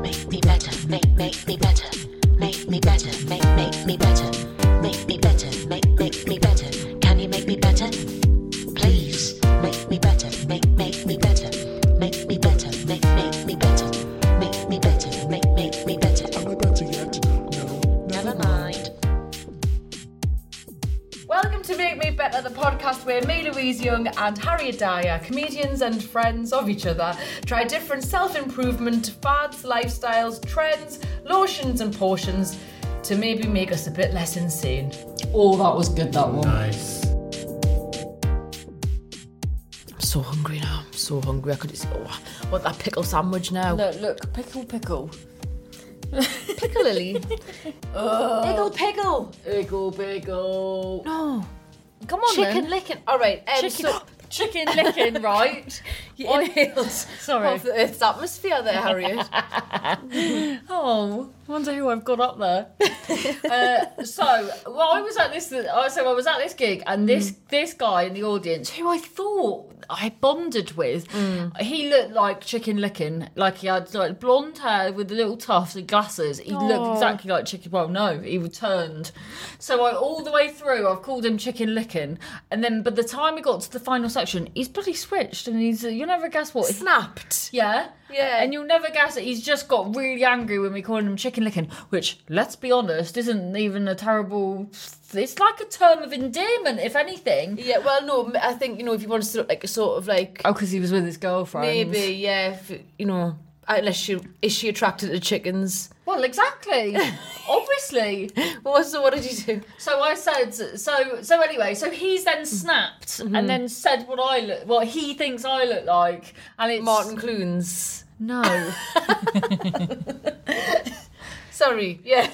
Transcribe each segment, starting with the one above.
makes me better, make makes me better, makes me better, make makes me better, makes me better, make makes me better. Can you make me better? Please make me better, make makes me better, makes me better, make makes me better, makes me better, make makes me better. Oh, Am I better yet? No. Never mind. Welcome to Make Me Better, the podcast where me, Louise Young, and Harriet Dyer, comedians and friends of each other, try different self improvement fads, lifestyles, trends, lotions, and potions to maybe make us a bit less insane. Oh, that was good, that one. Nice. I'm so hungry now. I'm so hungry. I could just oh, I want that pickle sandwich now. No, look, pickle, pickle. Pickle Lily. Uh, Pickle, pickle. Bagel, bagel. No. Come on, Chicken then. licking. All right. Um, Chicken- so- chicken licking, right? you inhaled Sorry. half the Earth's atmosphere there, Harriet. Oh, wonder who I've got up there. Uh, so well, I was at this. uh, So I was at this gig, and this this guy in the audience, who I thought I bonded with, he looked like chicken licking. Like he had like blonde hair with little tufts and glasses. He looked exactly like chicken. Well, no, he returned. So I all the way through, I've called him chicken licking, and then by the time we got to the final section, he's bloody switched, and he's you never guess what. he- Snapped. yeah. Yeah. And you'll never guess it. He's just got really angry when we called him chicken licking, which, let's be honest, isn't even a terrible. It's like a term of endearment, if anything. Yeah, well, no, I think, you know, if you want to look like a sort of like. Oh, because he was with his girlfriend. Maybe, yeah. If, you know, unless she is she attracted to chickens? Well, exactly. Obviously. Well, so what did you do? So I said. So so anyway. So he's then snapped Mm-hmm. and then said what I look, what he thinks I look like, and it's Martin Clunes. No. Sorry, yeah.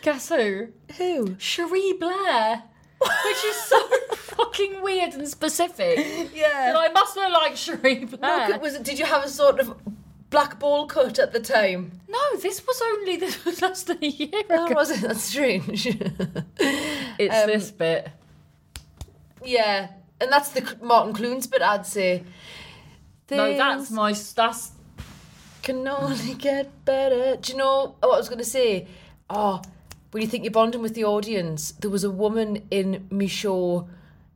Guess who? Who? Cherie Blair, which is so fucking weird and specific. Yeah. I must look like Cherie Blair. was it, did you have a sort of black ball cut at the time? No, this was only this was less than a year Oh, was it? That's strange. It's Um, this bit. yeah, and that's the C- Martin Clunes bit. I'd say. No, that's Things my that's can only get better. Do you know what I was going to say? Oh, when you think you're bonding with the audience, there was a woman in Michaud,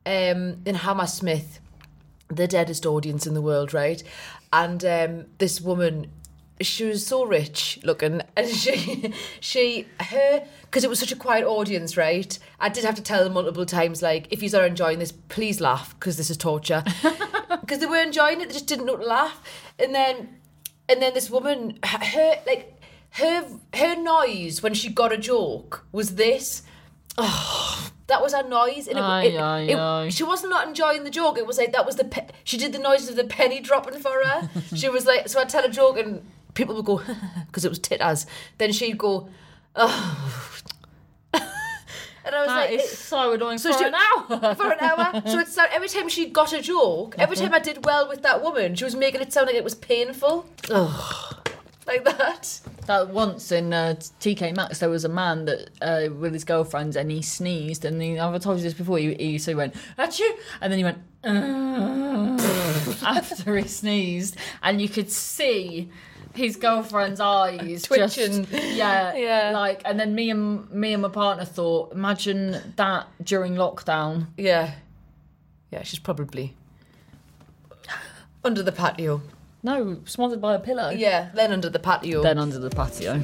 um, in Hammersmith, the deadest audience in the world, right? And um, this woman, she was so rich looking, and she, she, her, because it was such a quiet audience, right? I did have to tell them multiple times, like, if you are enjoying this, please laugh, because this is torture. Because they were enjoying it, they just didn't know to laugh. And then, and then this woman, her, like, her, her noise when she got a joke was this. Oh, that was her noise, and it, Aye, it, aye, it- aye. she wasn't not enjoying the joke. It was like that was the pe- she did the noises of the penny dropping for her. she was like, so I would tell a joke and people would go because it was tit as. Then she'd go, oh, and I was like. that is it- so annoying so for she- an hour. for an hour, so it sound, every time she got a joke, every time I did well with that woman, she was making it sound like it was painful, like that. That once in uh, TK Maxx, there was a man that uh, with his girlfriend, and he sneezed, and he, I've told you this before. He, he so he went achoo, and then he went "Ugh," after he sneezed, and you could see his girlfriend's eyes Twitching. Just, yeah, Yeah. Like, and then me and me and my partner thought, imagine that during lockdown. Yeah, yeah, she's probably under the patio. No, smothered by a pillow. Yeah, then under the patio. Then under the patio.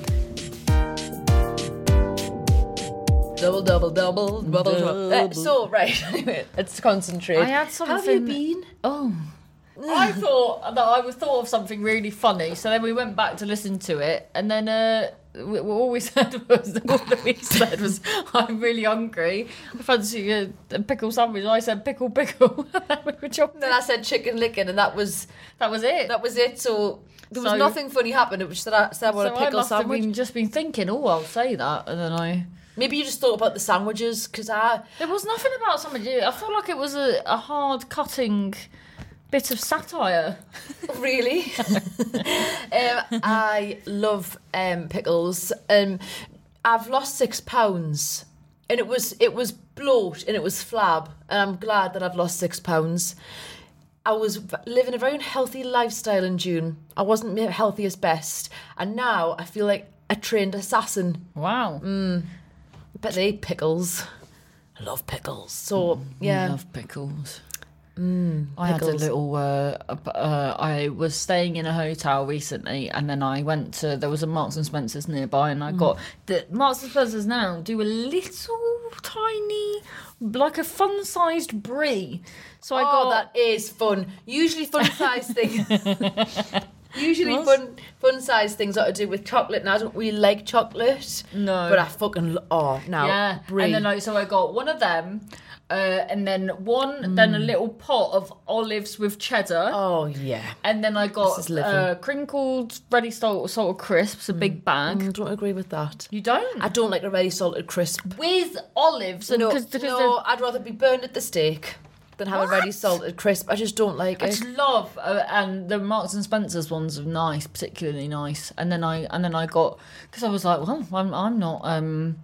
Double, double, double, double, double. Uh, so, right, anyway, let's concentrate. I had something. How have you been? Oh. I thought that I was thought of something really funny, so then we went back to listen to it, and then uh, we, well, all we said was all that we said was, "I'm really hungry. I fancy a, a pickle sandwich." I said, "Pickle, pickle." and then we were chopping. Then I said chicken licking, and that was That was it. that was it. So there was So- nothing funny happened. It was just that I said I want so a I pickle must sandwich. have been, just been thinking, "Oh, I'll say that," and then I. Maybe you just thought about the sandwiches because I There was nothing about somebody. I feel like it was a, a hard cutting bit of satire. really. um, I love um, pickles. Um, I've lost six pounds, and it was it was bloat and it was flab, and I'm glad that I've lost six pounds. I was v- living a very unhealthy lifestyle in June. I wasn't my healthiest best, and now I feel like a trained assassin. Wow. But they eat pickles. I love pickles. So yeah, Mm, love pickles. I had a pickles. little. Uh, uh, I was staying in a hotel recently, and then I went to. There was a Marks and Spencers nearby, and I Mm. got the Marks and Spencers now do a little tiny, like a fun-sized brie. So I oh, got that is fun. Usually fun size things. Usually fun fun size things got to do with chocolate, and I don't really like chocolate. No. but I fucking lo- oh now yeah, brie. and then like so I got one of them, uh, and then one, then a little pot of olives with cheddar. Mm. oh yeah. And then I got is living. Mm. uh, crinkled, ready salt, salt crisps, a big bag. I don't agree with that. You don't? I don't like a ready salted crisp. with olives and No, cause, because no, I'd rather be burned at the stake than have a ready What? salted crisp. I just don't like I it. just love uh, and the Marks and Spencers ones are nice, particularly nice. And then I and then I got because I was like, well, I'm I'm not um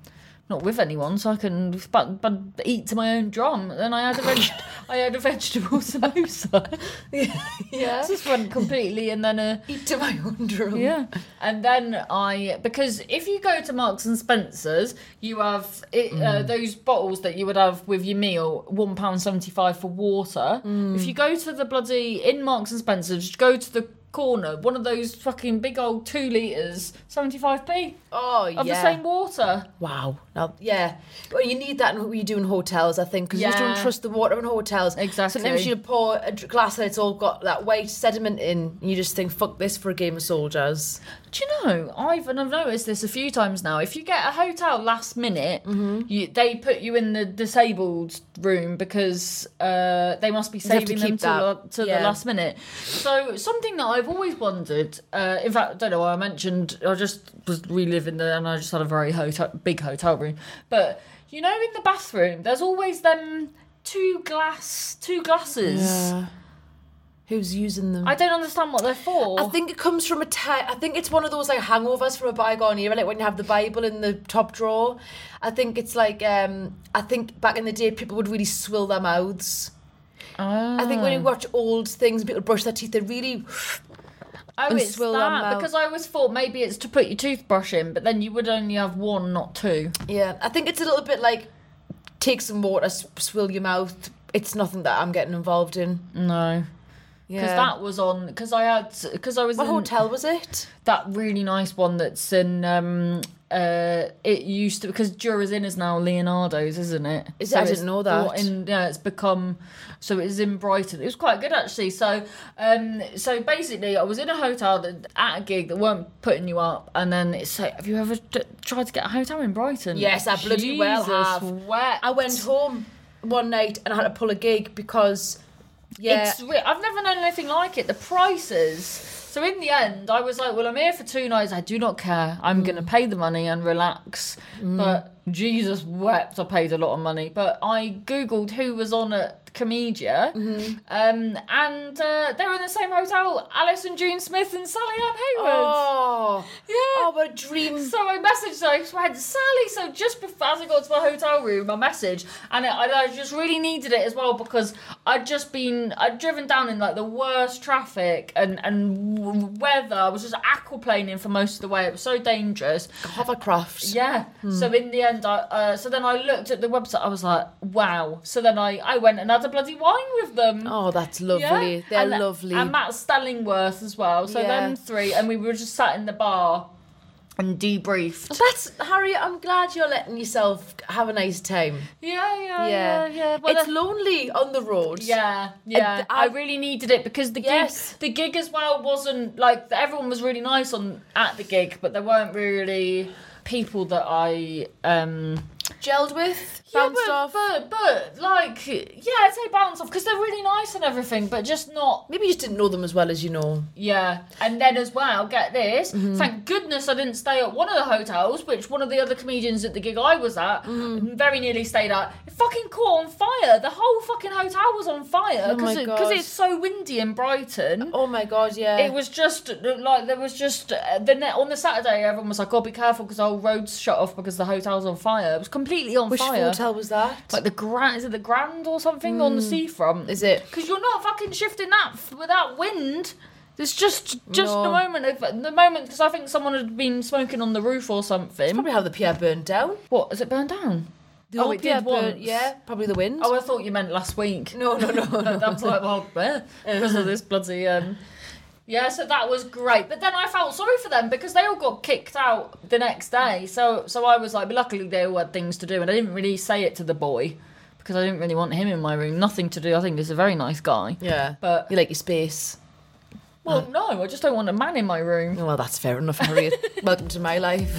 not with anyone, so I can but but eat to my own drum. And I had a veg- I had a vegetable samosa. yeah. I just went completely and then a. Eat to my own drum. Yeah. And then I because if you go to Marks and Spencers, you have it, uh, those bottles that you would have with your meal, one pound seventy five for water. If you go to the bloody in Marks and Spencers, just go to the corner, one of those fucking big old two liters, seventy five p Oh yeah. of the same water. Wow. Now, yeah. Well, you need that in what you do in hotels, I think, because you just don't Yeah. trust the water in hotels. Exactly. Sometimes you pour a dr- glass and it's all got that white sediment in. You just think, fuck this for a game of soldiers. Do you know? I've and I've noticed this a few times now. If you get a hotel last minute, Mm-hmm. you, they put you in the disabled room because uh, they must be have to saving them keep to, the, that. to Yeah. the last minute. So something that I've always wondered. Uh, in fact, I don't know. why I mentioned I just was reliving there, and I just had a very hotel, big hotel room. But you know, in the bathroom, there's always them two glass, two glasses. Who's using them? I don't understand what they're for. I think it comes from a te- I think it's one of those like hangovers from a bygone era, like when you have the Bible in the top drawer. I think it's like um I think back in the day people would really swill their mouths. I think when Hmm. you watch old things, people brush their teeth. They really Oh, and it's swill them that out. because I always thought maybe it's to put your toothbrush in, but then you would only have one, not two. Yeah, I think it's a little bit like take some water, s- swill your mouth. It's nothing that I'm getting involved in. No, Yeah, because that was on because I had because I was what in hotel was it? that really nice one that's in. um uh, it used to because Jura's Inn is now Leonardo's, isn't it? Is it? I didn't it's know that. brought in- yeah, it's become so it's in Brighton. It was quite good actually. So, um, so basically, I was in a hotel that at a gig that weren't putting you up, and then it's like, have you ever d- tried to get a hotel in Brighton? Yes, I bloody well Jesus have. wept. I went home one night and I had to pull a gig because yeah, It's re- I've never known anything like it. The prices. So in the end, I was like, "Well, I'm here for two nights. I do not care. I'm going to Mm. pay the money and relax." But Jesus wept. I paid a lot of money, but I googled who was on at Comedia, Mm-hmm. um, and uh, they were in the same hotel. Alice and June Smith and Sally Ann Hayward. oh Yeah. oh what a dream. So I messaged her, I went, Sally, so just before, as I got to my hotel room, I messaged, and I, I just really needed it as well because I'd just been, I'd driven down in like the worst traffic and, and w- weather. I was just aquaplaning for most of the way. It was so dangerous. Hovercraft. Yeah. Hmm. So in the end, I, uh, so then I looked at the website, I was like, wow. So then I, I went and had a bloody wine with them. Oh, that's lovely. Yeah. They're And- uh, lovely. And Matt Stellingworth as well. So Yeah. them three, and we were just sat in the bar and debriefed. that's Harriet. I'm glad you're letting yourself have a nice time. Yeah, yeah, Yeah, yeah, yeah. Well, it's uh, lonely on the road. yeah, yeah. th- I, I- really needed it because the Yes. gig, the gig as well wasn't like everyone was really nice on at the gig, but there weren't really people that I um gelled with, bounced yeah, but, off. But, but like yeah, I'd say bounce off because they're really nice and everything, but just not Maybe you just didn't know them as well as you know. yeah. And then as well, get this. Mm-hmm. Thank goodness I didn't stay at one of the hotels, which one of the other comedians at the gig I was at Mm-hmm. very nearly stayed at. It fucking caught on fire. The whole fucking hotel was on fire Oh my because God. it's so windy in Brighton. Oh my god, yeah. It was just like there was just uh, the net on the Saturday. Everyone was like, "Oh, be careful because the whole road's shut off because the hotel's on fire." It was complete completely on Which fire. hotel was that? like the grand, is it the Grand or something on the seafront? Mm. Is it? Because you're not fucking shifting that f- without wind. It's just just the No. moment of the moment because I think someone had been smoking on the roof or something. Probably how the pier burned down. What is it burned down? The Oh, it did once. yeah. Probably the wind. Oh, I thought you meant last week. no, no, no, no. That's like well, eh, because of this bloody um. Yeah, so that was great. But then I felt sorry for them because they all got kicked out the next day. So so I was like, but luckily they all had things to do, and I didn't really say it to the boy because I didn't really want him in my room. Nothing to do. I think he's a very nice guy. Uh, Yeah. But you like your space. Oh, well, no, I just don't want a man in my room. Well, that's fair enough, Harriet. Welcome to my life.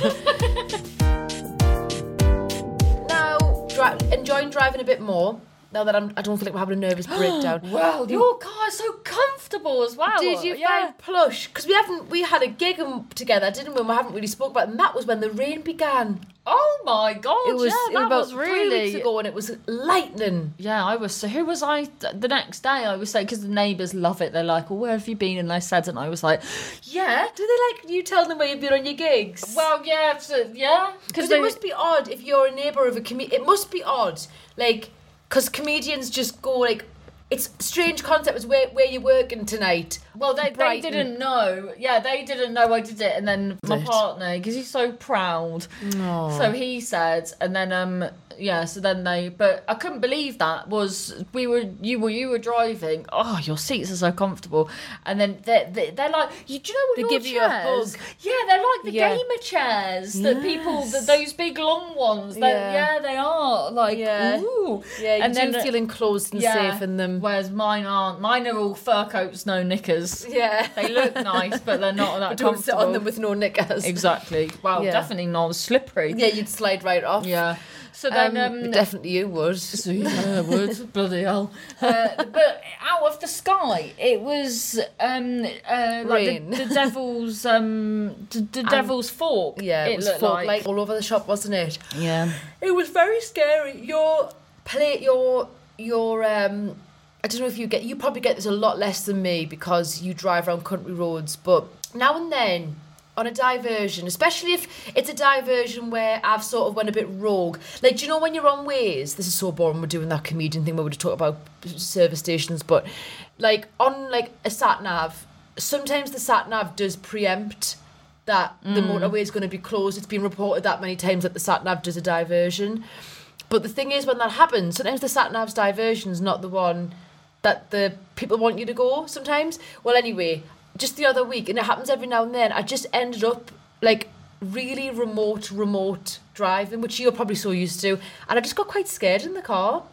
now, dri- enjoying driving a bit more. Now that I'm, I don't feel like we're having a nervous breakdown. Well, your car's so comfortable as well. Did you Yeah. find plush? Because we haven't, we had a gig um, together, didn't we? And we haven't really spoke about, it, and that was when the rain began. Oh my god! It was, yeah, it that was about was really three weeks ago, and it was lightning. Yeah, I was. So who was I? th- The next day, I was like, because the neighbours love it. They're like, "Well, where have you been?" And I said, and I was like, "Yeah, Do they like you telling them where you've been on your gigs? well, yeah, so, yeah." Because it must be odd if you're a neighbour of a comedian. It must be odd, like, because comedians just go like, it's strange concept. Is where where you working tonight? well, they, they Brighton. didn't know. Yeah, they didn't know I did it. And then my Did. partner, because he's so proud, so he said, and then um, yeah. So then they, but I couldn't believe that was we were you were you were driving. Oh, your seats are so comfortable, and then they they they're like, you do you know what They your give you a chairs? hug. Yeah, they're like the Yeah. gamer chairs that people Yes. that those big long ones. That, yeah. Yeah. they are like Yeah. ooh. Yeah, you and then feel enclosed and yeah, safe in them. Whereas mine aren't. Mine are all fur coats, no knickers. yeah, They look nice, but they're not that don't sit comfortable. on them with no knickers. exactly. Well, Yeah. definitely not slippery. Yeah, you'd slide right off. Yeah. So Um, then, um, definitely you would. so yeah, would bloody hell. Uh, but out of the sky, it was um, uh, like Rain. the, the devil's um, the, the devil's fork. Yeah, it, was looked fog like all over the shop, wasn't it? yeah. It was very scary. Your play, your your um, I don't know if you get. You probably get this a lot less than me because you drive around country roads. But now and then, on a diversion, especially if it's a diversion where I've sort of went a bit rogue. Like, do you know when you're on ways? This is so boring. We're doing that comedian thing where we talk about service stations, but like on like a sat nav. Sometimes the sat nav does preempt that the Mm. motorway is going to be closed. It's been reported that many times that the sat nav does a diversion. But the thing is, when that happens, sometimes the sat nav's diversion is not the one that the people want you to go. Sometimes, well, anyway, just the other week, and it happens every now and then. I just ended up like really remote, remote driving, which you're probably so used to, and I just got quite scared in the car.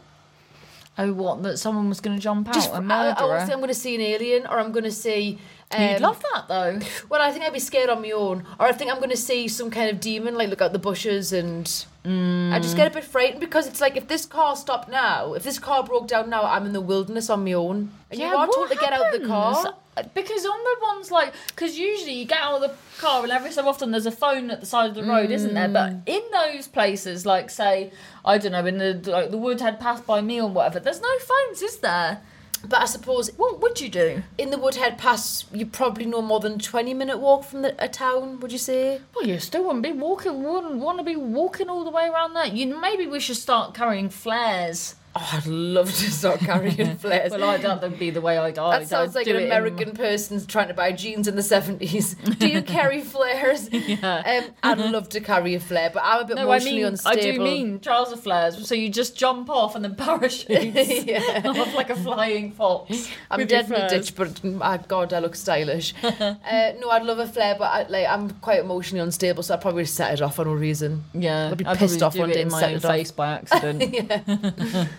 Oh, what? That someone was going to jump out? Just a I, I murderer. always think I'm going to see an alien, or I'm going to see. You'd um, love that though. Well, I think I'd be scared on my own, or I think I'm going to see some kind of demon, like look out the bushes, and I just get a bit frightened because it's like if this car stopped now, if this car broke down now, I'm in the wilderness on my own. And you are what told to get out the car. happens? Because on the ones like, because usually you get out of the car and every so often there's a phone at the side of the road, isn't there? But in those places, like say, I don't know, in the like the wood had passed by me or whatever, there's no phones, is there? But I suppose What would you do? in the Woodhead Pass, you probably no more than twenty minute walk from the, a town. Would you say? Well, you still wouldn't be walking. Wouldn't want to be walking all the way around there. You maybe we should start carrying flares. Oh, I'd love to start carrying flares. Well, I doubt that'd be the way I died. That sounds I'd like do an it in- American person trying to buy jeans in the 70s. Do you carry flares? Um, I'd love to carry a flare, but I'm a bit No, I emotionally mean, unstable. I do mean trouser flares. So you just jump off and then parachute Yeah. off like a flying fox. I'm with your dead in a flares. ditch, but mm, my God, I look stylish. uh, no, I'd love a flare, but I, like I'm quite emotionally unstable, so I'd probably set it off for no reason. Yeah, I'd be I'd pissed probably off one do it day in and my set own it off. face by accident.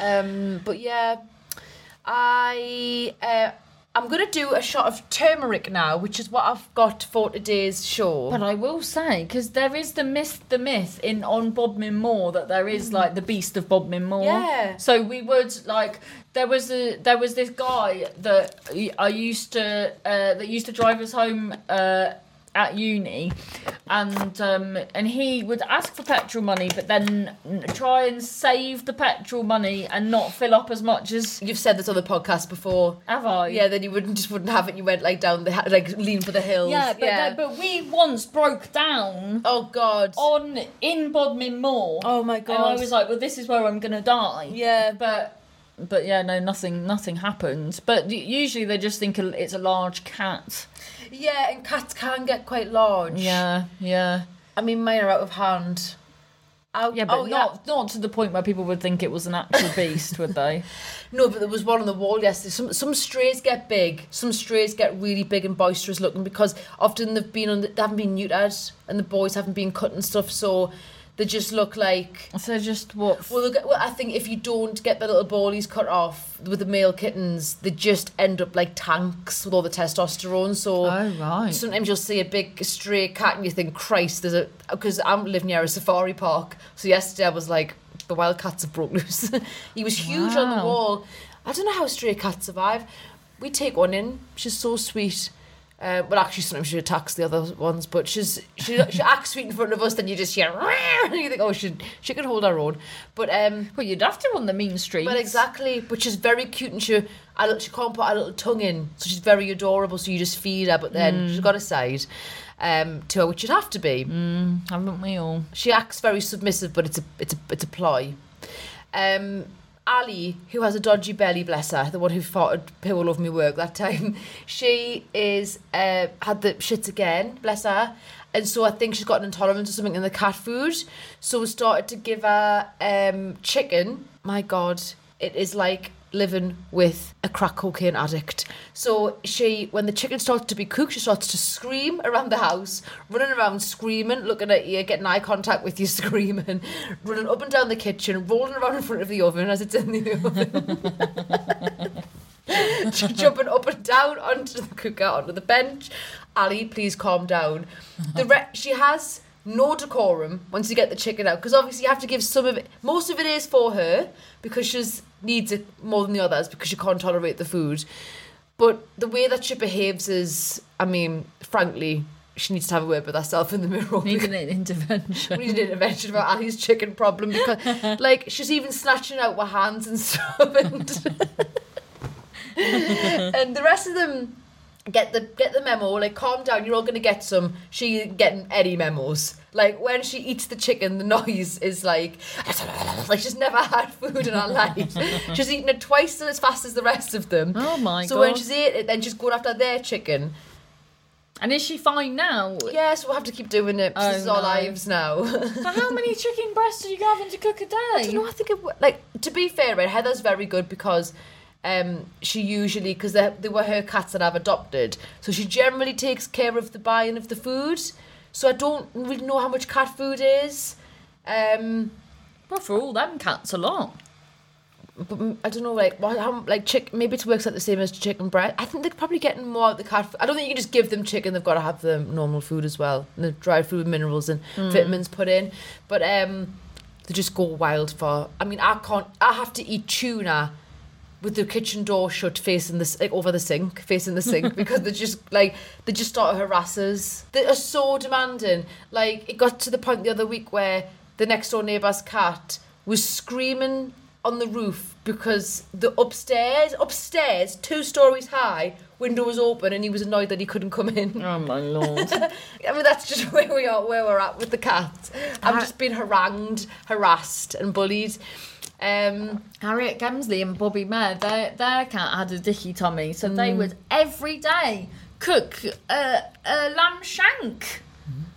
Um, but yeah, I uh, I'm gonna do a shot of turmeric now, which is what I've got for today's show. but I will say because there is the myth, the myth in on Bodmin Moor that there is like the beast of Bodmin Moor. Yeah. So we would like there was a there was this guy that I used to uh, that used to drive us home. Uh, at uni, and um, and he would ask for petrol money, but then try and save the petrol money and not fill up as much as You've said this on the podcast before. have I. Yeah, then you wouldn't just wouldn't have it. You went like down the ha- like lean for the hills. yeah, but, but we once broke down oh god. on in Bodmin Moor. Oh my And I God. was like, well, this is where I'm gonna die. Yeah. but but yeah, no, nothing nothing happened. But y- usually they just think a- it's a large cat. Yeah, and cats can get quite large. Yeah, yeah, I mean, mine are out of hand. Out, yeah, but oh, not not to the point where people would think it was an actual beast, would they? No, but there was one on the wall yesterday. Some some strays get big. Some strays get really big and boisterous looking because often they've been on the, they haven't been neutered and the boys haven't been cut and stuff, so they just look like. So just what? Well, they'll get- well, I think if you don't get the little ballies cut off with the male kittens, they just end up like tanks with all the testosterone. So Oh, right. sometimes you'll see a big stray cat and you think, Christ, there's a because I'm live near a safari park. So yesterday I was like, the wild cats have broke loose. he was huge on the Wow. wall. I don't know how stray cats survive. We take one in. She's so sweet. Uh, well, actually, sometimes she attacks the other ones, but she's she, she acts sweet in front of us. Then you just hear, "Meow," and you think, oh, she she can hold her own. But um, Well, you'd have to on the mean streets. but exactly, but she's very cute and she I, don't- she can't put her little tongue in, so she's very adorable. So you just feed her, but then she's got a side um, to her, which she'd have to be. haven't we all? She acts very submissive, but it's a it's a it's a ploy. Um, Ali, who has a dodgy belly, bless her, the one who farted who all over me work that time, she is uh, had the shits again, bless her. And so I think she's got an intolerance or something in the cat food. So we started to give her um, chicken. My God, it is like living with a crack cocaine addict. So she, when the chicken starts to be cooked, she starts to scream around the house, running around screaming, looking at you, getting eye contact with you, screaming, running up and down the kitchen, rolling around in front of the oven as it's in the oven. Jumping up and down onto the cooker, onto the bench. Ali, please calm down. The re- she has no decorum once you get the chicken out because obviously you have to give some of it. Most of it is for her because she's needs it more than the others because she can't tolerate the food. But the way that she behaves is, I mean, frankly, she needs to have a word with herself in the mirror. Need an intervention. We need an intervention about Ali's "Ah, chicken problem because, like, she's even snatching out her hands and stuff, and, and the rest of them get the get the memo. Like, calm down, you're all gonna get some. She ain't getting any memos. Like when she eats the chicken, the noise is like like she's never had food in her life. she's eaten it twice as fast as the rest of them. Oh my so god! when she's ate it, then she's going after their chicken. and is she fine now? Yes, we'll have to keep doing it. Oh, this is our no. lives now. So how many chicken breasts are you having to cook a day? I don't know. I think it, wa- like to be fair, right, Heather's very good because um, she usually because they, they were her cats that I've adopted, so she generally takes care of the buying of the food. So I don't really know how much cat food is. Um, Well, for all them cats, a lot. but mm, I don't know, like why, how, like chick. Maybe it works out the same as chicken breast. I think they're probably getting more out of the cat. Food. I don't think you can just give them chicken. They've got to have the normal food as well, and the dried food with minerals and vitamins put in. But um, they just go wild for. I mean, I can't. I have to eat tuna with the kitchen door shut, facing this like over the sink, facing the sink because they just like they just start to harass us. They are so demanding. Like it got to the point the other week where the next door neighbour's cat was screaming on the roof because the upstairs, upstairs, two stories high, window was open, and he was annoyed that he couldn't come in. Oh my lord! I mean, that's just where we are, where we're at with the cat. I'm just being harangued, harassed, and bullied. Um, Harriet Gemsley and Bobby Mayer, their, their cat had a dicky tummy, so they Mm. would every day cook a, a lamb shank.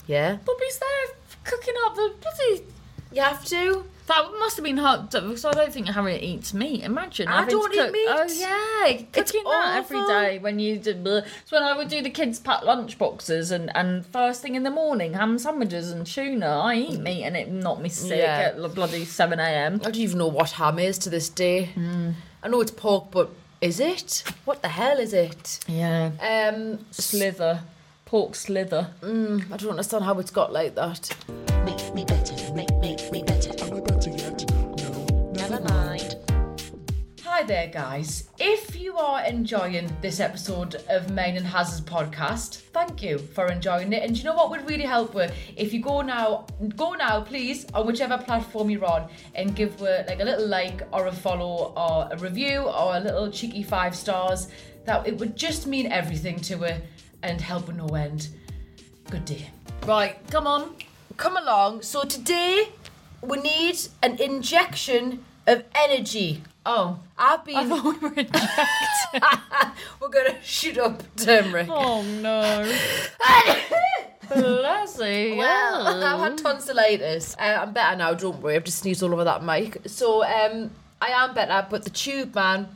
yeah, Bobby's there cooking up the bloody. you have to. That must have been hard to- because I don't think Harriet eats meat. Imagine I having don't to eat cook. meat. Oh yeah, cooking It's that every awful. day when you did. bleh. So when I would do the kids' pack lunch boxes and and first thing in the morning ham sandwiches and tuna. I eat meat and it knocked me sick Mm. Yeah. at bloody seven a.m. I don't even know what ham is to this day. I know it's pork, but is it? What the hell is it? Yeah, Um, s- slither, pork slither. I don't understand how it's got like that. Make me better, make, make me better. Oh, Am I better yet? No. Never mind. Hi there, guys. If you are enjoying this episode of Mine and Haz's podcast, thank you for enjoying it. And do you know what would really help her? If you go now, go now, please, on whichever platform you're on, and give her like a little like or a follow or a review or a little cheeky five stars. That it would just mean everything to her and help her no end. Good day. Right, come on. Come along. So today we need an injection of energy. Oh, I've been. I thought we were in. We're gonna shoot up turmeric. oh no, Lassie. Well, I've had tonsillitis. Uh, I'm better now. Don't worry. I've just sneezed all over that mic. So um, I am better, but the tube man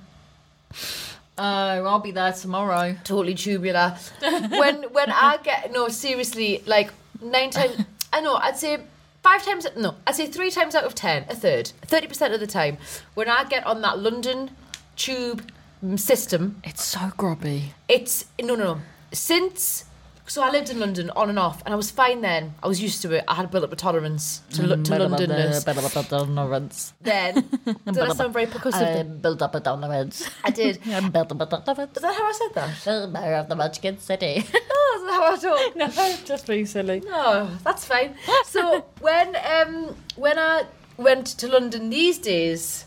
Oh, I'll be there tomorrow. totally tubular. when when I get no seriously, like nine times. I know. I'd say. Five times, no, I'd say three times out of ten, a third, 30% of the time, when I get on that London tube mm, system, It's so grubby. It's no, no, no. Since so I lived in London on and off, and I was fine then. I was used to it. I had built up a tolerance to, lo- to Londonness. Londoners. Then did I sound very percussive? I then? built up a tolerance. Um, I did. Is I built up a tolerance. that how I said that? Mayor of the Munchkin City. Oh, is that how I talk? no, just being silly. Oh, that's fine. So when um when I went to London these days,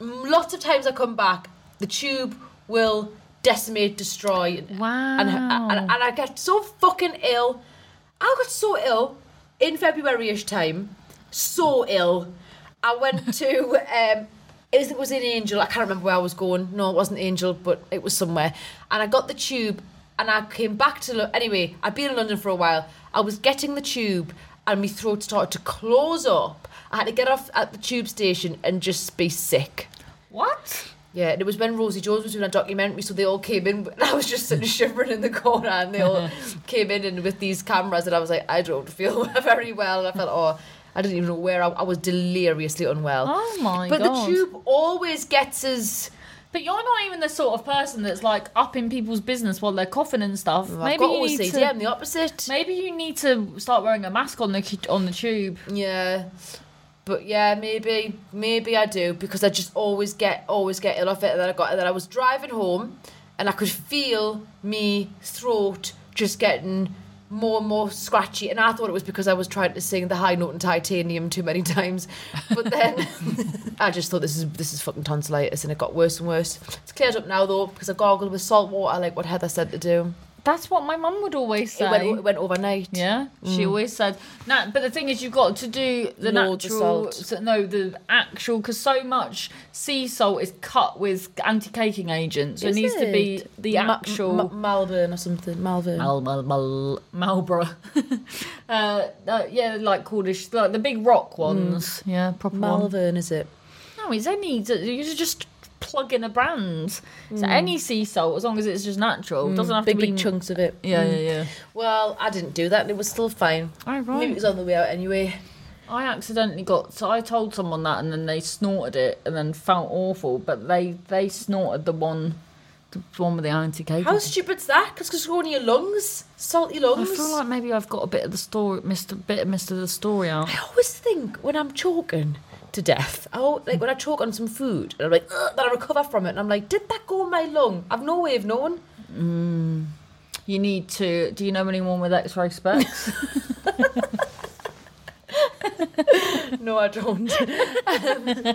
mm, lots of times I come back, the tube will decimate, destroy, and- Wow. and, and and I get so fucking ill. I got so ill in February-ish time, so ill. I went to um, it was it was in Angel. I can't remember where I was going. No, it wasn't Angel, but it was somewhere. And I got the tube, and I came back to Lo- anyway. I'd been in London for a while. I was getting the tube, and my throat started to close up. I had to get off at the tube station and just be sick. what? Yeah, and it was when Rosie Jones was doing a documentary, so they all came in, and I was just sitting shivering in the corner, and they all came in and with these cameras, and I was like, I don't feel very well. And I felt, oh, I didn't even know where I, I was deliriously unwell. Oh my but God. the tube always gets us. But you're not even the sort of person that's like up in people's business while they're coughing and stuff. I've maybe got you need OCD, to. I'm the opposite. Maybe you need to start wearing a mask on the cu- on the tube. Yeah. But yeah, maybe maybe I do because I just always get always get ill off it. And then I got and then I was driving home, and I could feel me throat just getting more and more scratchy. And I thought it was because I was trying to sing the high note in Titanium too many times. But then I just thought this is this is fucking tonsillitis, and it got worse and worse. It's cleared up now though because I gargled with salt water like what Heather said to do. That's what my mum would always say. It went it went overnight. Yeah, she always said. Na- but the thing is, you've got to do the Lord, the natural. salt. so- no, the actual because so much sea salt is cut with anti-caking agents. So it Is needs to be the Ma- actual Ma- Malvern or something. Malvern. Mal- Mal- Mal- Marlborough. uh, uh, yeah, like Cornish, like the big Mm. rock ones. Yeah, proper one. Malvern is it? No, it's any. You're just plugging a brand. So any sea salt, as long as it's just natural, doesn't have Mm. big to be big chunks of it. Yeah, yeah, yeah. Well, I didn't do that, and it was still fine. All Maybe it was on the way out anyway. I accidentally got so I told someone that and then they snorted it and then felt awful, but they they snorted the one the one with the anti cake. How stupid's that? Because it's going in your lungs, salty Mm-hmm. I lungs. feel like maybe I've got a bit of the story missed a bit of missed the story out. I always think when I'm choking to death, oh, like when I choke on some food, and I'm like, "Ugh," then I recover from it, and I'm like, did that go in my lung? I've no way of knowing. You need to do you know anyone with X ray specs? No, I don't.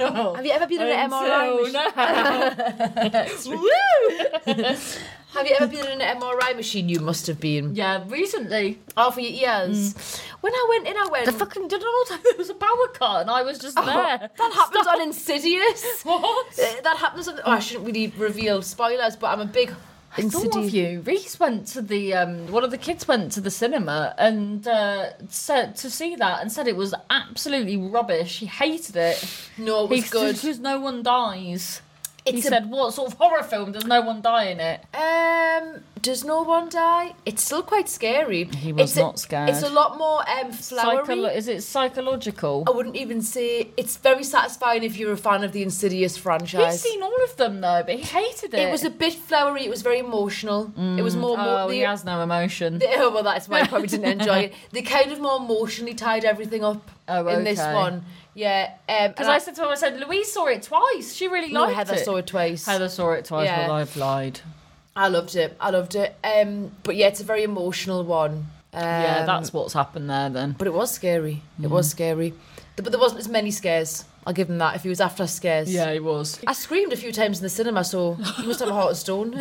Um, Have you ever been on an MRI? machine? Have you ever been on an MRI machine? You must have been. yeah, recently. Oh, for your ears. When I went in, I went. The fucking did all there was a power cut and I was just there. That happens on Insidious. Oh. What? Uh, that happens on. Oh, I shouldn't really reveal spoilers, but I'm a big. I thought of you. Reese went to the um, one of the kids went to the cinema and uh, said to see that and said it was absolutely rubbish. He hated it. No, it was he good. Because no one dies. he It's a- said, "What sort of horror film does no one die in it?" Um, does no one die? It's still quite scary. He was it's a- not scared. It's a lot more um, flowery. Oh, Psycholo- is it psychological? I wouldn't even say it's very satisfying if you're a fan of the Insidious franchise. He's seen all of them though, but he hated it. it was a bit flowery. It was very emotional. It was more. oh, more the, he has no emotion. the- oh, well, that's why I probably didn't enjoy it. They kind of more emotionally tied everything up Oh, in this okay. one. Yeah, um, because Because I said to him, I said, Louise saw it twice. She really no, liked Heather it. saw it twice. Heather saw it twice. Yeah. Well, I've lied. I loved it. I loved it. Um, but yeah, it's a very emotional one. Um, yeah, that's Mm. what's happened there then. But it was scary. It was scary. Th- But there wasn't as many scares. I'll give him that. If he was after scares, Yeah, he was. I screamed a few times in the cinema, so you must have a heart of stone.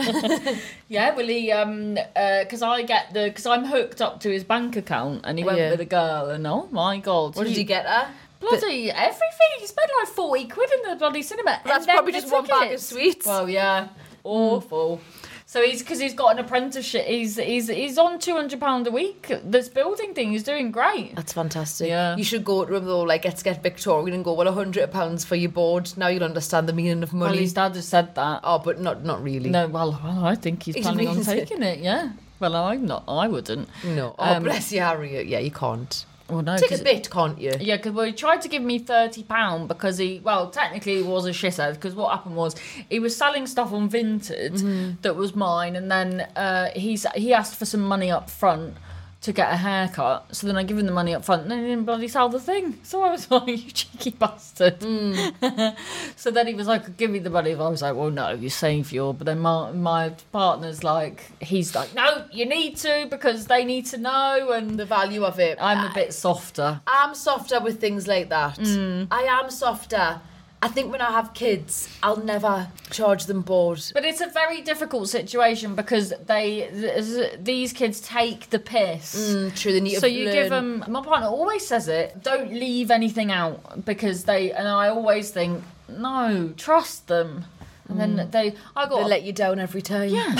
Yeah, well, he um, because I get the because I'm hooked up to his bank account, and he went Yeah. with a girl, and oh my god, what did he get her? Bloody everything! He spent like forty quid in the bloody cinema. and That's then probably the just one bag of tickets. sweets. Well, yeah, awful. So he's because he's got an apprenticeship. He's he's he's on two hundred pound a week. This building thing, he's doing great. That's fantastic. Yeah. You should go to him though, like let's get Victorian and go, well, hundred pounds for your board. Now you'll understand the meaning of Well, money. his dad has said that. oh, but not not really. No, well, well, I think he's He planning on means it. taking it. Yeah. Well, I'm not. I wouldn't. No. Oh, Um, bless you, Harriet. Yeah, you can't. Well, no. Take 'cause a bit, can't you? Yeah, because well, he tried to give me thirty pound because he, well, technically he was a shithead because what happened was he was selling stuff on Vinted that was mine, and then uh, he's he asked for some money up front to get a haircut. So then I give him the money up front, and then he didn't bloody sell the thing. So I was like, you cheeky bastard. so then he was like, give me the money. I was like, well, no, you save your. But then my my partner's like, he's like, no, you need to because they need to know, and The value of it. I'm a bit softer. I'm softer with things like that. Mm. I am softer. I think when I have kids, I'll never charge them board. But it's a very difficult situation because they th- these kids take the piss. Mm, true, they need to So you give learn. them. My partner always says it. Don't leave anything out because they. And I always think, no, trust them. And Mm. then they. I got They a let you down every time. yeah.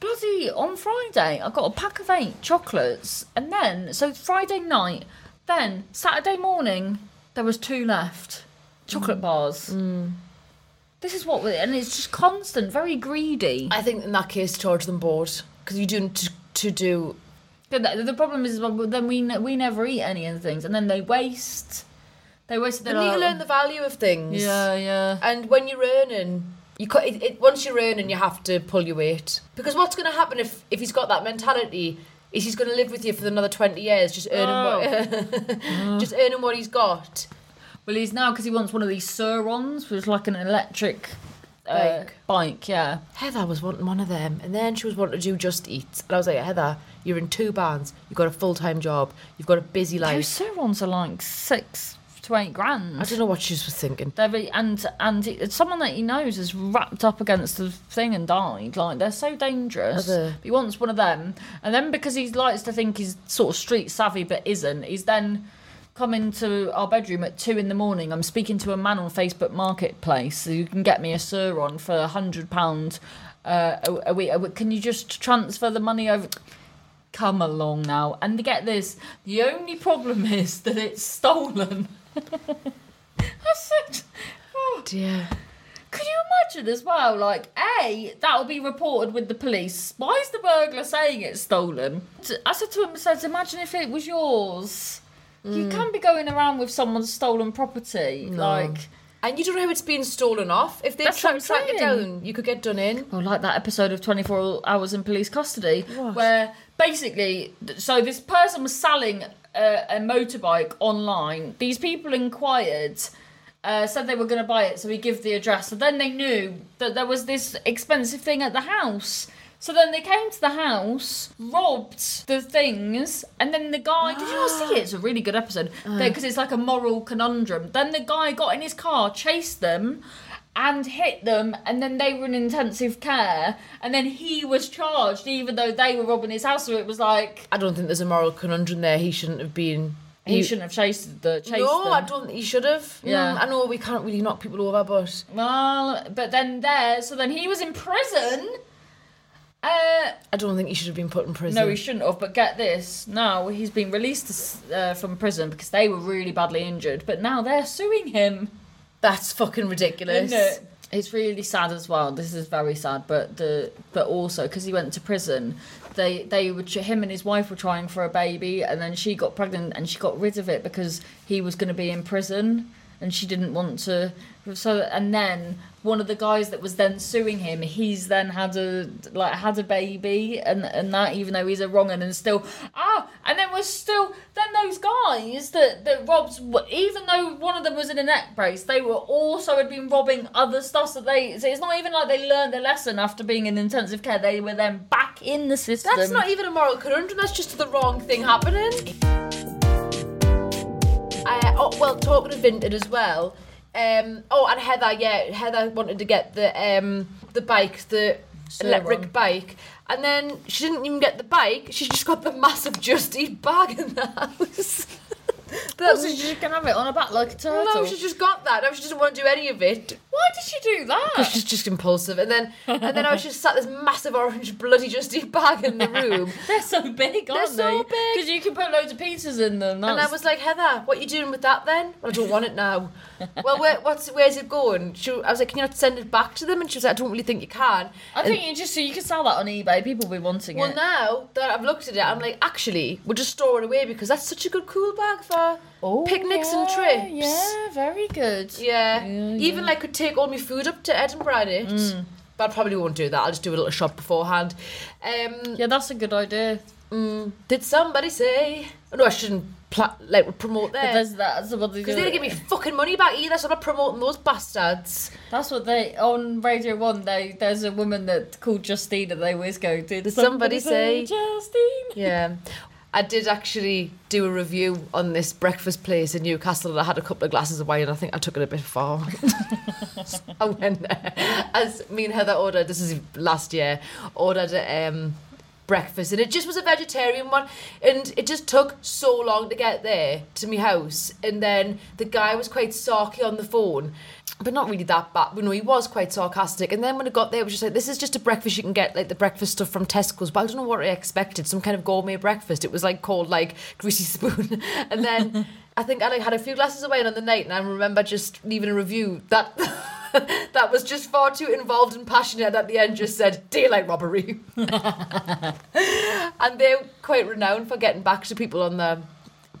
Bloody on Friday, I got a pack of eight chocolates, and then so Friday night, then Saturday morning, there was two left, Mm. chocolate bars. This is what, we and it's just constant, very greedy. I think in that case, charge them board because you do to, to do. But the, the problem is, well, then we ne- we never eat any of the things, and then they waste. They waste. They They're need to like, learn the value of things. yeah, yeah. And when you're earning, you cut it, it once you're earning, you have to pull your weight because what's going to happen if if he's got that mentality is he's going to live with you for another twenty years, just earning Oh. what, just earning what he's got. Well, he's now because he wants one of these Surons, which is like an electric uh, Bike. bike. Yeah. Heather was wanting one of them, and then she was wanting to do Just Eat, and I was like, Heather, you're in two bands, you've got a full time job, you've got a busy Those life. serons are like six to eight I grand. don't know what she was thinking. They're really, and and it, someone that he knows is wrapped up against the thing and died. Like they're so dangerous. Are they? But He wants one of them, and then because he likes to think he's sort of street savvy but isn't, he's then come into our bedroom at two in the morning. I'm speaking to a man on Facebook Marketplace who can get me a suron for a hundred pound uh, a, a week. A week. Can you just transfer the money over? Come along now, and get this. The only problem is that it's stolen. I said, oh, Dear. could you imagine as well? Like, A, that'll be reported with the police. Why is the burglar saying it's stolen? T- I said to him, I said, imagine if it was yours. You can be going around with someone's stolen property. Like, And you don't know who it's been stolen off. If they That's try what I'm and track it saying. down, you could get done in. Well, like that episode of 24 Hours in Police Custody, where basically, th- so this person was selling a, a motorbike online. These people inquired, uh, said they were going to buy it, so we give the address. So then they knew that there was this expensive thing at the house. So then they came to the house, robbed the things, and then the guy. Did you not see it? It's a really good episode because it's like a moral conundrum. Then the guy got in his car, chased them, and hit them, and then they were in intensive care, and then he was charged, even though they were robbing his house. So it was like I don't think there's a moral conundrum there. He shouldn't have been. he shouldn't have chased the chased No, them. I don't think he should have. Yeah. Mm, I know we can't really knock people over, but Well, but then there, so then he was in prison. Uh, I don't think he should have been put in prison. no, he shouldn't have. But get this, now he's been released uh, from prison because they were really badly injured. But now they're suing him. That's fucking ridiculous. Isn't it? it's really sad as well. This is very sad, but the but also because he went to prison, they they were tr- him and his wife were trying for a baby, and then she got pregnant and she got rid of it because he was going to be in prison, and she didn't want to. So and then one of the guys that was then suing him, he's then had a like had a baby, and and that even though he's a wrong and still ah, and then was still then those guys that that robs even though one of them was in a neck brace, they were also had been robbing other stuff that they. So it's not even like they learned their lesson after being in intensive care. They were then back in the system. That's not even a moral conundrum. That's just the wrong thing happening. Uh, oh, well, talking of Vinted as well. Um, oh, and Heather, yeah, Heather wanted to get the um, the bike, the Sir electric one. bike, and then she didn't even get the bike. She just got the massive Just Eat bag in the house. That- So you can have it on a back like a turtle. no, she just got that. No, she doesn't want to do any of it. Why did she do that? She's just impulsive. And then, and then I was just sat this massive orange bloody Just Eat bag in the room. They're so big, aren't they? so big. Because you can put loads of pizzas in them. And I that's- was like, Heather, what are you doing with that then? Well, I don't want it now. well, where, what's, where's it going? She, I was like, can you not send it back to them? And she was like, I don't really think you can. I think you just so you can sell that on eBay. People will be wanting Well, it. now that I've looked at it, I'm like, actually, we'll just store it away because that's such a good cool bag for picnics and yeah, trips. Yeah, very Yeah. good. Oh, Yeah, Mm. Even like could take all my food up to Edinburgh in it. But I probably won't do that. I'll just do a little shop beforehand. Um, Yeah, that's a good idea. Mm. Did somebody say? Oh, no, I shouldn't pla- like promote But that. there's that. That's what they do. Because they didn't give me fucking money back either, so I'm not promoting those bastards. That's what they on Radio One. They there's a woman that called Justine, and they always go, "Did, somebody somebody, say- say Justine?" Yeah. I did actually do a review on this breakfast place in Newcastle and I had a couple of glasses of wine and I think I took it a bit far. I went there. As me and Heather ordered, this is last year, ordered a um, breakfast and it just was a vegetarian one and it just took so long to get there to my house and then the guy was quite sarky on the phone but not really that bad you know he was quite sarcastic and then when I got there it was just like this is just a breakfast you can get like the breakfast stuff from Tesco's but I don't know what I expected some kind of gourmet breakfast it was like called like greasy spoon and then I think I like, had a few glasses of wine on the night and I remember just leaving a review that that was just far too involved and passionate and at the end just said daylight robbery and they're quite renowned for getting back to people on the.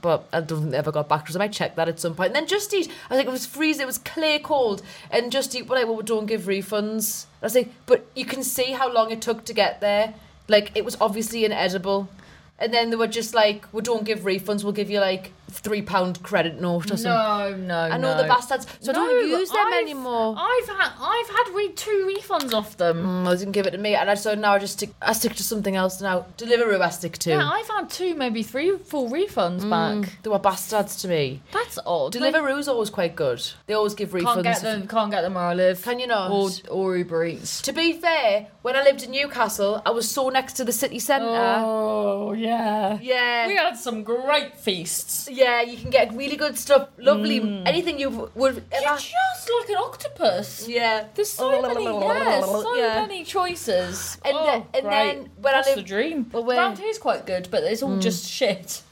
But I don't think they ever got back to us. I might check that at some point. And then Just Eat, I was like, it was freezing, it was clear cold. And Just Eat were like, well, we don't give refunds. I was like, but you can see how long it took to get there. Like, it was obviously inedible. And then they were just like, we don't give refunds, we'll give you like £3 credit note or something. No, no, I know the bastards. So I don't use them anymore. I've had I've had re- two refunds off them. Mm, I didn't give it to me. And I, so now I just stick, I stick to something else now. Deliveroo I stick to. Yeah, I've had two, maybe three full refunds back. they were bastards to me. That's odd. Deliveroo's always quite good. They always give refunds. can't get them. Can't get them where I live. Can you not? Or or Uber Eats. To be fair, when I lived in Newcastle, I was so next to the city centre. Oh yeah. Yeah. We had some great feasts. yeah, you can get really good stuff, lovely, Mm. anything you w- would You're ever. just like an octopus. Yeah. There's so many, yeah, so Yeah. many choices. And oh, then- and great. then when I That's lived- the dream. Well, Hmm. when- Round here's quite good, but it's all just shit.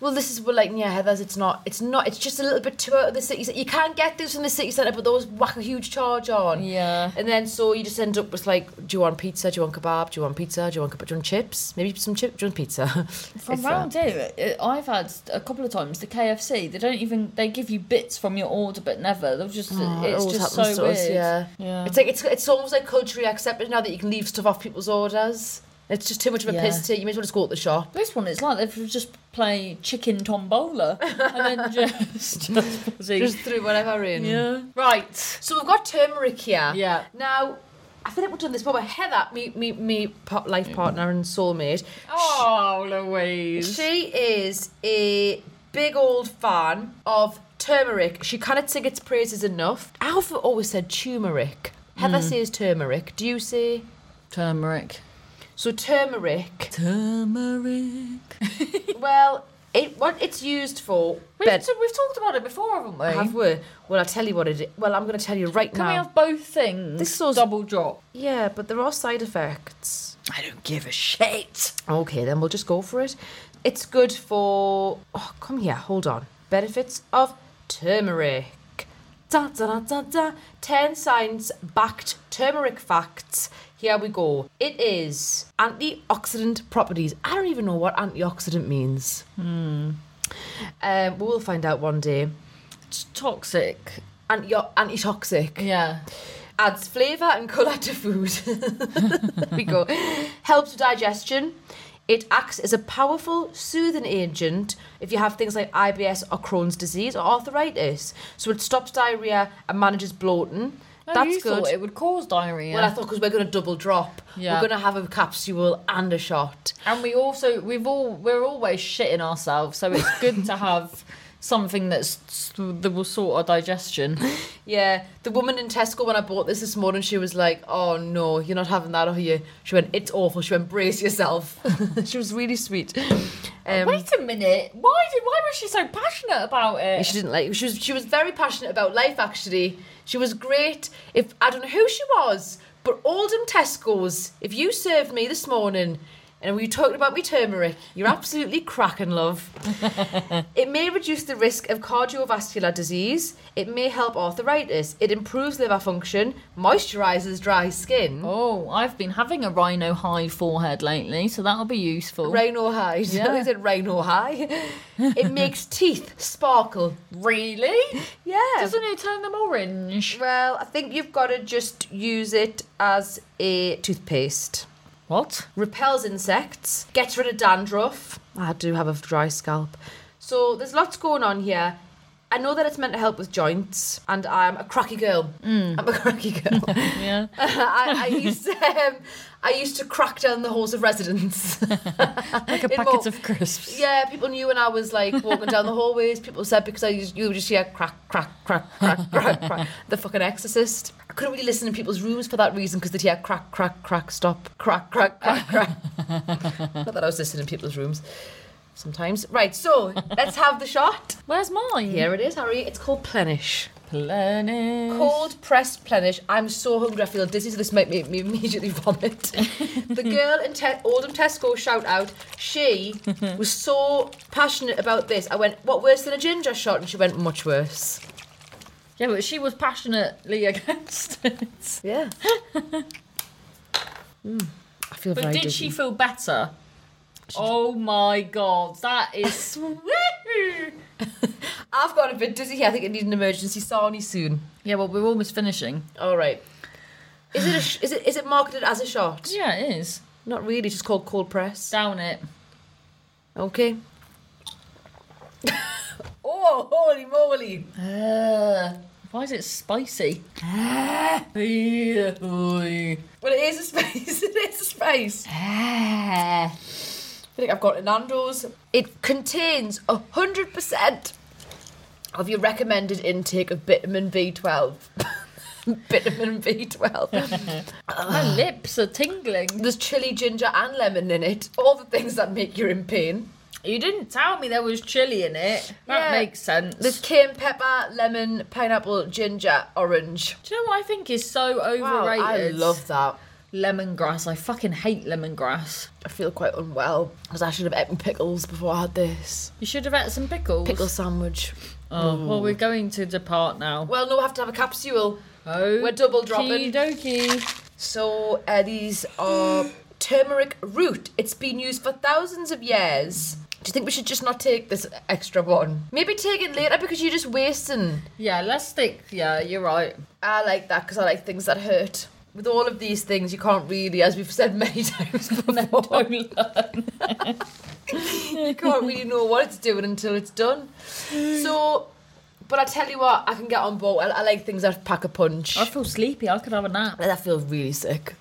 Well, this is what, like, yeah, Heather's, it's not, it's not, it's just a little bit too out of the city centre. You can't get those from the city centre, but those whack a huge charge on. Yeah. And then so you just end up with like, do you want pizza? Do you want kebab? Do you want pizza? Do you want kebab? Do you want chips? Maybe some chips? Do you want pizza? From It's that. round here, it- I've had a couple of times the KFC. They don't even they give you bits from your order, but never. They've just Oh, it it's always just so happens weird. to us, yeah. yeah. It's like it's it's almost like culturally accepted now that you can leave stuff off people's orders. It's just too much of a Yeah. piss take. You may as well just go to the shop. This one, it's like they've just play chicken tombola and then just, Hmm. just, Just through whatever in. yeah. Right. So we've got turmeric here. Yeah. Now, I feel like we've done this before, but Heather, me, me, me pa- life partner and soulmate, Oh, Louise. she is a big old fan of turmeric. She cannot sing its praises enough. Alpha always said turmeric. Heather says turmeric. Do you say? Turmeric. So turmeric. Turmeric. well, it what it's used for. We've, but- t- we've talked about it before, haven't we? Have we? Well, I'll tell you what it is. Well, I'm going to tell you right Can now. we have both things? This sauce- double drop. Yeah, but there are side effects. I don't give a shit. Okay, then we'll just go for it. It's good for. Oh, come here, hold on. Benefits of turmeric. Da, da, da, da, da. 10 science backed turmeric facts. Here we go. It is antioxidant properties. I don't even know what antioxidant means. Hmm. Um, we will find out one day. It's toxic. Anti- antitoxic Yeah. adds flavour and colour to food. there we go. Helps with digestion. It acts as a powerful soothing agent if you have things like IBS or Crohn's disease or arthritis. So it stops diarrhea and manages bloating. No, That's Oh, you good. Thought it would cause diarrhea. Well, I thought because we're going to double drop, Yeah. we're going to have a capsule and a shot. and we also we've all we're always shitting ourselves, so it's good to have something that's that will sort our digestion. Yeah, the woman in Tesco when I bought this this morning, she was like, "Oh no, you're not having that, are you?" She went, "It's awful." She went, "Brace yourself." she was really sweet. Um, Wait a minute. Why did why was she so passionate about it? She didn't like. She was. She was very passionate about life. Actually, she was great. If I don't know who she was, but Oldham Tesco's. If you served me this morning, and we talked about me turmeric, you're absolutely cracking, love. It may reduce the risk of cardiovascular disease. It may help arthritis. It improves liver function. Moisturizes dry skin. Oh, I've been having a rhino high forehead lately, so that'll be useful. Rhino high. Yeah. Yeah. said rhino high. it makes teeth sparkle. really? Yeah. Doesn't it turn them orange? Well, I think you've got to just use it as a toothpaste. What? Repels insects, gets rid of dandruff. I do have a dry scalp. So there's lots going on here. I know that it's meant to help with joints, and I'm a cracky girl. I'm a cracky girl. Yeah. I, I used to, um, I used to crack down the halls of residence. Like a In packet more- of crisps. Yeah, people knew when I was like walking down the hallways. People said because I used, you would just hear crack, crack, crack, crack, crack, crack. The fucking Exorcist. I couldn't really listen in people's rooms for that reason because they'd hear crack, crack, crack, stop, crack, crack, crack, crack. Not that I was listening in people's rooms. Sometimes. Right, so let's have the shot. Where's mine? Here it is, Harry. It's called Plenish. Plenish. Cold pressed plenish. I'm so hungry. I feel dizzy, so this might make me immediately vomit. the girl in Te- Oldham Tesco shout out. She was so passionate about this. I went, "What worse than a ginger shot?" And she went, "Much worse." Yeah, but she was passionately against it. Yeah. Hmm. I feel But very did dizzy. she feel better? Oh my god, that is woohoo! I've got a bit dizzy here. I think I need an emergency sarnie soon. Yeah, well, we're almost finishing. All right. Is it a sh- is it is it marketed as a shot? Yeah, it is. Not really. Just called cold press. Down it. Okay. oh, holy moly! Uh, why is it spicy? Uh. yeah, Well, it is a space. It is a space. I think I've got Nando's. It contains hundred percent of your recommended intake of vitamin B twelve. vitamin B twelve. my lips are tingling. There's chili, ginger, and lemon in it. All the things that make you in pain. You didn't tell me there was chili in it. That Yeah. makes sense. There's cayenne pepper, lemon, pineapple, ginger, orange. Do you know what I think is so overrated? I love that. lemongrass. I fucking hate lemongrass. I feel quite unwell because I should have eaten pickles before I had this You should have had some pickles. pickle sandwich. Oh, well, we're going to depart now. Well, no, I have to have a capsule. Oh, We're double dropping. Dokie. So uh, these are turmeric root. It's been used for thousands of years. Do you think we should just not take this extra one? Maybe take it later because you're just wasting. Yeah, let's stick. Yeah, you're right. I like that because I like things that hurt. With all of these things, you can't really, as we've said many times before, you can't really know what it's doing until it's done. So, but I tell you what, I can get on board. I, I like things that pack a punch. I feel sleepy. I could have a nap. I feel really sick,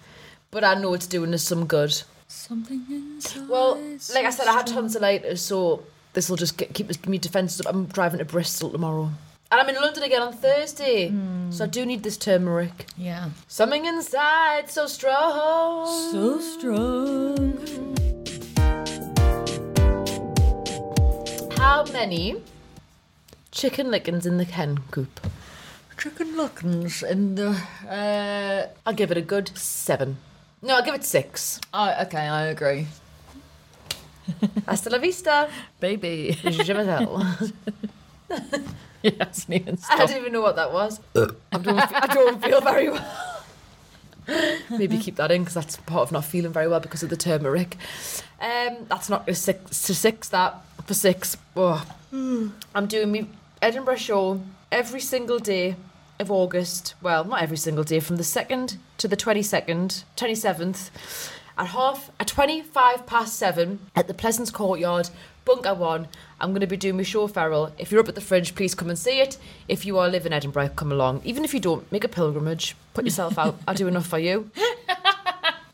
but I know it's doing us some good. Something inside. Well, like I said, I had tonsillitis, so this will just get, keep us- me defences up. I'm driving to Bristol tomorrow. And I'm in London again on Thursday, so I do need this turmeric. Yeah. Something inside so strong. So strong. How many chicken lickens in the hen coop? Chicken lockins in the. Uh... I'll give it a good seven. No, I'll give it six. Oh, okay, I agree. Hasta la vista. Baby. Je m'appelle. It hasn't even I stopped. don't even know what that was. I, don't feel, I don't feel very well. Maybe keep that in because that's part of not feeling very well because of the turmeric. Um, that's not going to six to six that for six. Oh. I'm doing me Edinburgh show every single day of August. Well, not every single day from the second to the twenty second, twenty seventh. At half at twenty five past seven at the Pleasance Courtyard, Bunker One. I'm going to be doing my show, Farrell. If you're up at the Fringe, please come and see it. If you are live in Edinburgh, come along. Even if you don't, make a pilgrimage. Put yourself out. I'll do enough for you.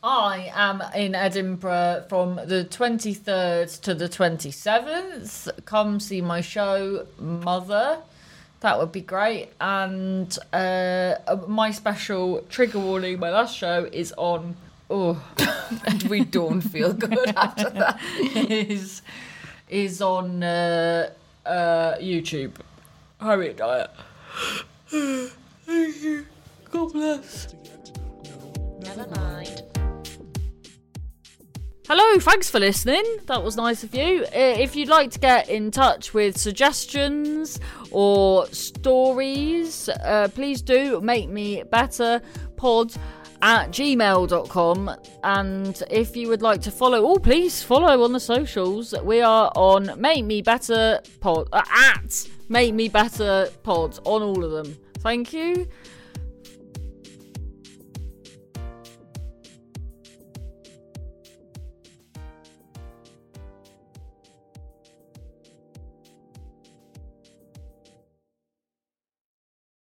I am in Edinburgh from the 23rd to the 27th. Come see my show, Mother. That would be great. And uh, my special trigger warning, my last show is on. Oh, And we don't feel good after that. is is on uh, uh, YouTube. Harriet Diet. God bless. Never mind. Hello, thanks for listening. That was nice of you. Uh, If you'd like to get in touch with suggestions or stories, uh, please do make me better pod at gmail.com. And if you would like to follow, oh, please follow on the socials. We are on Make Me Better Pod, uh, at Make Me Better Pod on all of them. Thank you.